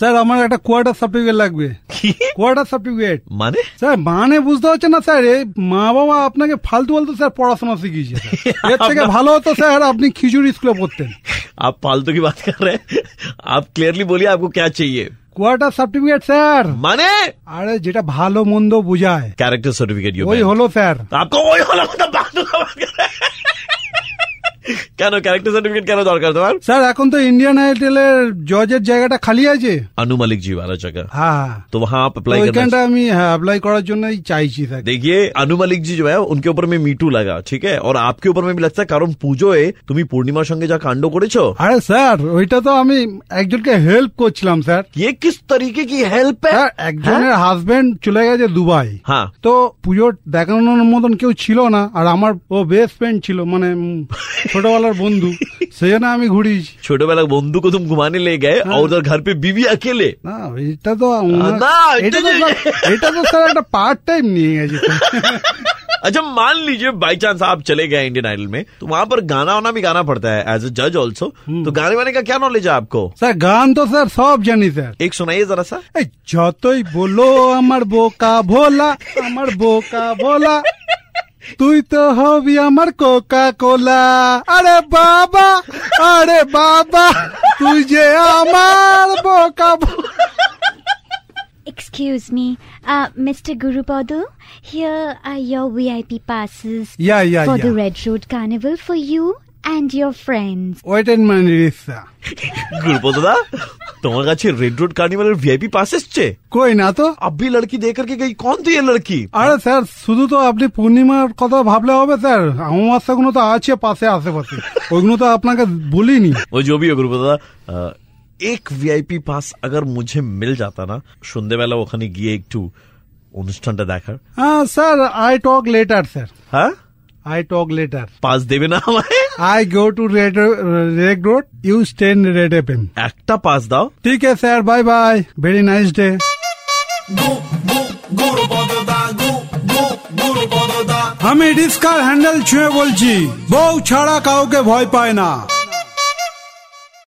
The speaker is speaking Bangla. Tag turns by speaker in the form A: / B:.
A: স্যার আমার একটা কোয়ার্টার সার্টিফিকেট লাগবে
B: কি
A: কোয়ার্টার সার্টিফিকেট
B: মানে
A: স্যার মানে বুঝতে হচ্ছে না স্যার এই মা বাবা আপনাকে ফালতু বলতো স্যার পড়াশোনা শিখিয়েছে স্যার। এর থেকে ভালো হতো স্যার আপনি খিচুড়ি স্কুলে পড়তেন
B: आप फालतू की बात कर रहे हैं आप क्लियरली बोलिए आपको क्या चाहिए
A: কোয়ার্টার সার্টিফিকেট স্যার
B: माने
A: আরে যেটা ভালো মন্দ বোঝায়
B: कैरेक्टर सर्टिफिकेट यू
A: ওই হলো স্যার
B: तो आपको ওই হলো কথা ফালতু কথা বাদ করে। কেন ক্যারেক্টার সার্টিফিকেট কেন দরকার তোমার
A: স্যার এখন তো ইন্ডিয়ান আইডলের জজের জায়গাটা খালি আছে
B: अनु मलिक जी वाला जगह
A: হ্যাঁ
B: तो वहाँ आप
A: তো
B: अप्लाई करना
A: ওইখানটা আমি হ্যাঁ অ্যাপ্লাই করার জন্যই চাইছি স্যার
B: देखिए अनु मलिक जी जो है उनके ऊपर में मीटू लगा ठीक है और आपके ऊपर में भी लगता है कारण পুজোয় তুমি পূর্ণিমার সঙ্গে যা কাণ্ড করেছো
A: আরে স্যার ওইটা তো আমি একজনকে হেল্প করছিলাম স্যার
B: ये किस तरीके की हेल्प हाँ, है हाँ,
A: স্যার একজনের হাজবেন্ড চলে গেছে দুবাই
B: হ্যাঁ
A: তো পুজোর দেখানোর মতন কেউ ছিল না আর আমার ও বেস্ট ফ্রেন্ড ছিল মানে উম, ছোটবেলার বন্ধু সেই জন্য আমি ঘুরিয়েছি
B: छोटोबेला बंधु को तुम घुमाने ले गए और उधर घर पे बीवी अकेले
A: না এটা তো ওনার-
B: না, এটা
A: এটা তো
B: যে-
A: স্যার- এটা তো স্যার একটা পার্ট টাইম নিয়ে গেছে
B: अच्छा मान लीजिए बाई चांस आप चले गए इंडियन आइडल में तो वहाँ पर गाना वाना भी गाना पड़ता है एज अ जज ऑल्सो तो गाने वाने का क्या नॉलेज है आपको
A: স্যার গান তো স্যার সব জানি স্যার
B: एक सुनाइए जरा सा
A: এই যতই বলো আমার বোকা ভোলা আমার বোকা ভোলা তুই তো হবি আমার কোকা কোলা আরে বাবা আরে বাবা তুই যে আমার বোকা ভোলা।
C: Excuse me, uh, Mr. Gurupadu, here are your VIP passes
A: Yeah, yeah,
C: for the
A: yeah.
C: Red Road Carnival for you and your friends.
A: Wait and মানে রিসা
B: গুরুপদা তোমার কাছে রেড রোড কার্নিভালের ভিআইপি পাস এসছে
A: কই না তো
B: अभी लड़की देकर के गई कौन थी ये लड़की
A: আরে স্যার শুধু তো আপনি পূর্ণিমার কথা ভাবলে হবে স্যার অমাবস্যাগুলো তো আছে পাশে আশেপাশে ওইগুলো তো আপনাকে বলিনি
B: वो जो भी हो গুরুপদা আহ, এক ভিআইপি পাস अगर मुझे मिल जाता ना সন্ধ্যেবেলা ওখানে গিয়ে একটু অনুষ্ঠানটা দেখার
A: হ্যাঁ sir I talk later sir
B: হ্যাঁ
A: আই টক লেটার
B: পাস দেবে না আমায়
A: I go to Red, Red Road, you stay in Red FM.
B: একটা পাস দাও
A: ठीक है sir bye bye very nice day আমি ডিসকার হ্যান্ডেল ছুঁয়ে বলছি বউ ছাড়া কাউকে ভয় পায় না